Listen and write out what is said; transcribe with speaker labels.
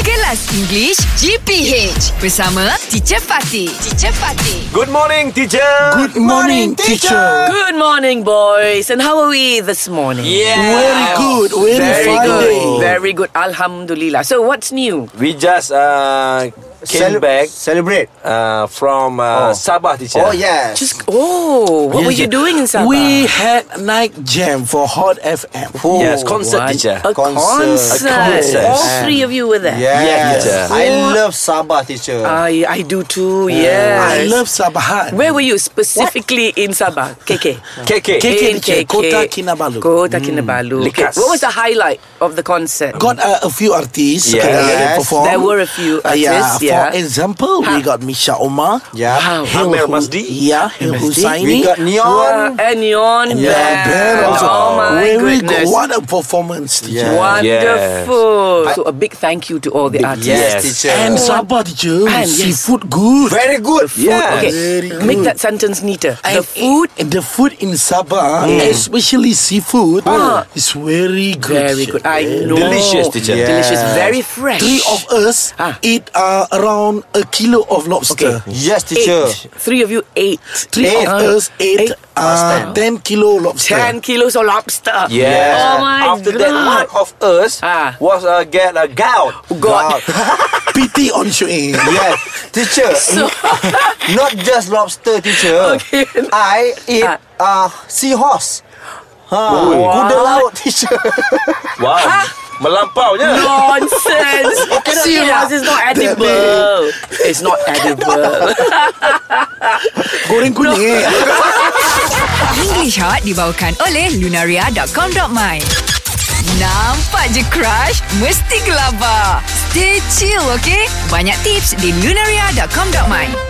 Speaker 1: Kelas English GPH bersama Teacher Fatih. Teacher Fatih.
Speaker 2: Good morning, teacher.
Speaker 3: Good morning, teacher.
Speaker 4: Good morning, boys. And how are we this morning?
Speaker 2: Yeah.
Speaker 3: Very good. Very,
Speaker 2: Very
Speaker 3: fine
Speaker 2: good.
Speaker 3: day.
Speaker 4: Very good. Alhamdulillah. So, what's new?
Speaker 2: We just uh, came
Speaker 3: Cele-
Speaker 2: back
Speaker 3: Celebrate.
Speaker 2: uh, from uh,
Speaker 3: Oh.
Speaker 2: Sabah, teacher.
Speaker 3: Oh yes.
Speaker 4: Just oh, what
Speaker 3: Yes,
Speaker 4: were you
Speaker 3: yeah.
Speaker 4: doing in Sabah?
Speaker 3: We had night jam for Hot FM. Oh.
Speaker 2: Yes, concert, teacher.
Speaker 4: a concert.
Speaker 3: concert.
Speaker 2: A concert.
Speaker 4: All three of you were there.
Speaker 3: Yes.
Speaker 2: teacher.
Speaker 3: I love Sabah, teacher.
Speaker 4: I I do too. Yes.
Speaker 3: I love Sabahan.
Speaker 4: Where were you specifically in Sabah? KK.
Speaker 2: KK.
Speaker 3: KK.
Speaker 4: In
Speaker 3: teacher. Kota Kinabalu. Mm.
Speaker 4: Kota Kinabalu. Okay.
Speaker 2: Likas.
Speaker 4: What was the highlight of the concert?
Speaker 3: Got uh, a few artists.
Speaker 2: Yes.
Speaker 3: uh, that performed.
Speaker 4: There were a few
Speaker 3: Uh, yeah,
Speaker 4: artists, yeah.
Speaker 3: For example, we got Misha Omar.
Speaker 4: Wow.
Speaker 5: Yeah.
Speaker 3: Hil
Speaker 2: Amel
Speaker 3: Hu-
Speaker 2: Masdi.
Speaker 3: Yeah, Hil Husaini.
Speaker 5: We got
Speaker 4: Wah,
Speaker 5: neon.
Speaker 4: and Yon
Speaker 3: Yeah, there also.
Speaker 4: Oh my
Speaker 3: Very good.
Speaker 4: goodness.
Speaker 3: What a performance, teacher.
Speaker 5: Yeah.
Speaker 4: Wonderful. So a big thank you to all the artists.
Speaker 2: yes.
Speaker 5: Yes, teacher.
Speaker 3: And Sabah, teacher.
Speaker 4: And yes.
Speaker 3: Seafood good.
Speaker 5: Very good.
Speaker 2: Yeah.
Speaker 4: Okay,
Speaker 3: Very good.
Speaker 4: make that sentence neater.
Speaker 3: And
Speaker 4: the food. Mm.
Speaker 3: i- the food in Sabah, especially seafood,
Speaker 4: Ah.
Speaker 3: is very good.
Speaker 4: Very good. I know.
Speaker 2: Delicious, teacher.
Speaker 5: Yeah.
Speaker 4: Delicious. Very fresh.
Speaker 3: Three of us
Speaker 4: Ah.
Speaker 3: eat uh, around a kilo of lobster.
Speaker 5: Yes,
Speaker 4: eight.
Speaker 5: teacher.
Speaker 4: Three of you ate.
Speaker 3: Three
Speaker 4: Eight.
Speaker 3: of us ate
Speaker 4: Eight.
Speaker 3: uh, ten kilo lobster.
Speaker 4: Ten kilos of lobster.
Speaker 2: Yeah.
Speaker 4: Oh my
Speaker 2: After
Speaker 4: God.
Speaker 2: that, one of us
Speaker 4: Ah.
Speaker 2: was uh, get a gout.
Speaker 4: God.
Speaker 3: Pity on Shuing.
Speaker 5: yes, teacher. Not just lobster, teacher.
Speaker 4: Okay.
Speaker 5: I eat
Speaker 4: Ah.
Speaker 5: uh, seahorse. Ha, kuda laut, teacher.
Speaker 2: Wow. Melampaunya.
Speaker 4: Nonsense. Seahorse is not edible. It's not edible.
Speaker 3: Goreng kuning. eh?
Speaker 1: English Hot dibawakan oleh Lunaria.com.my Nampak je crush? Mesti gelabah. Stay chill, okay? Banyak tips di Lunaria.com.my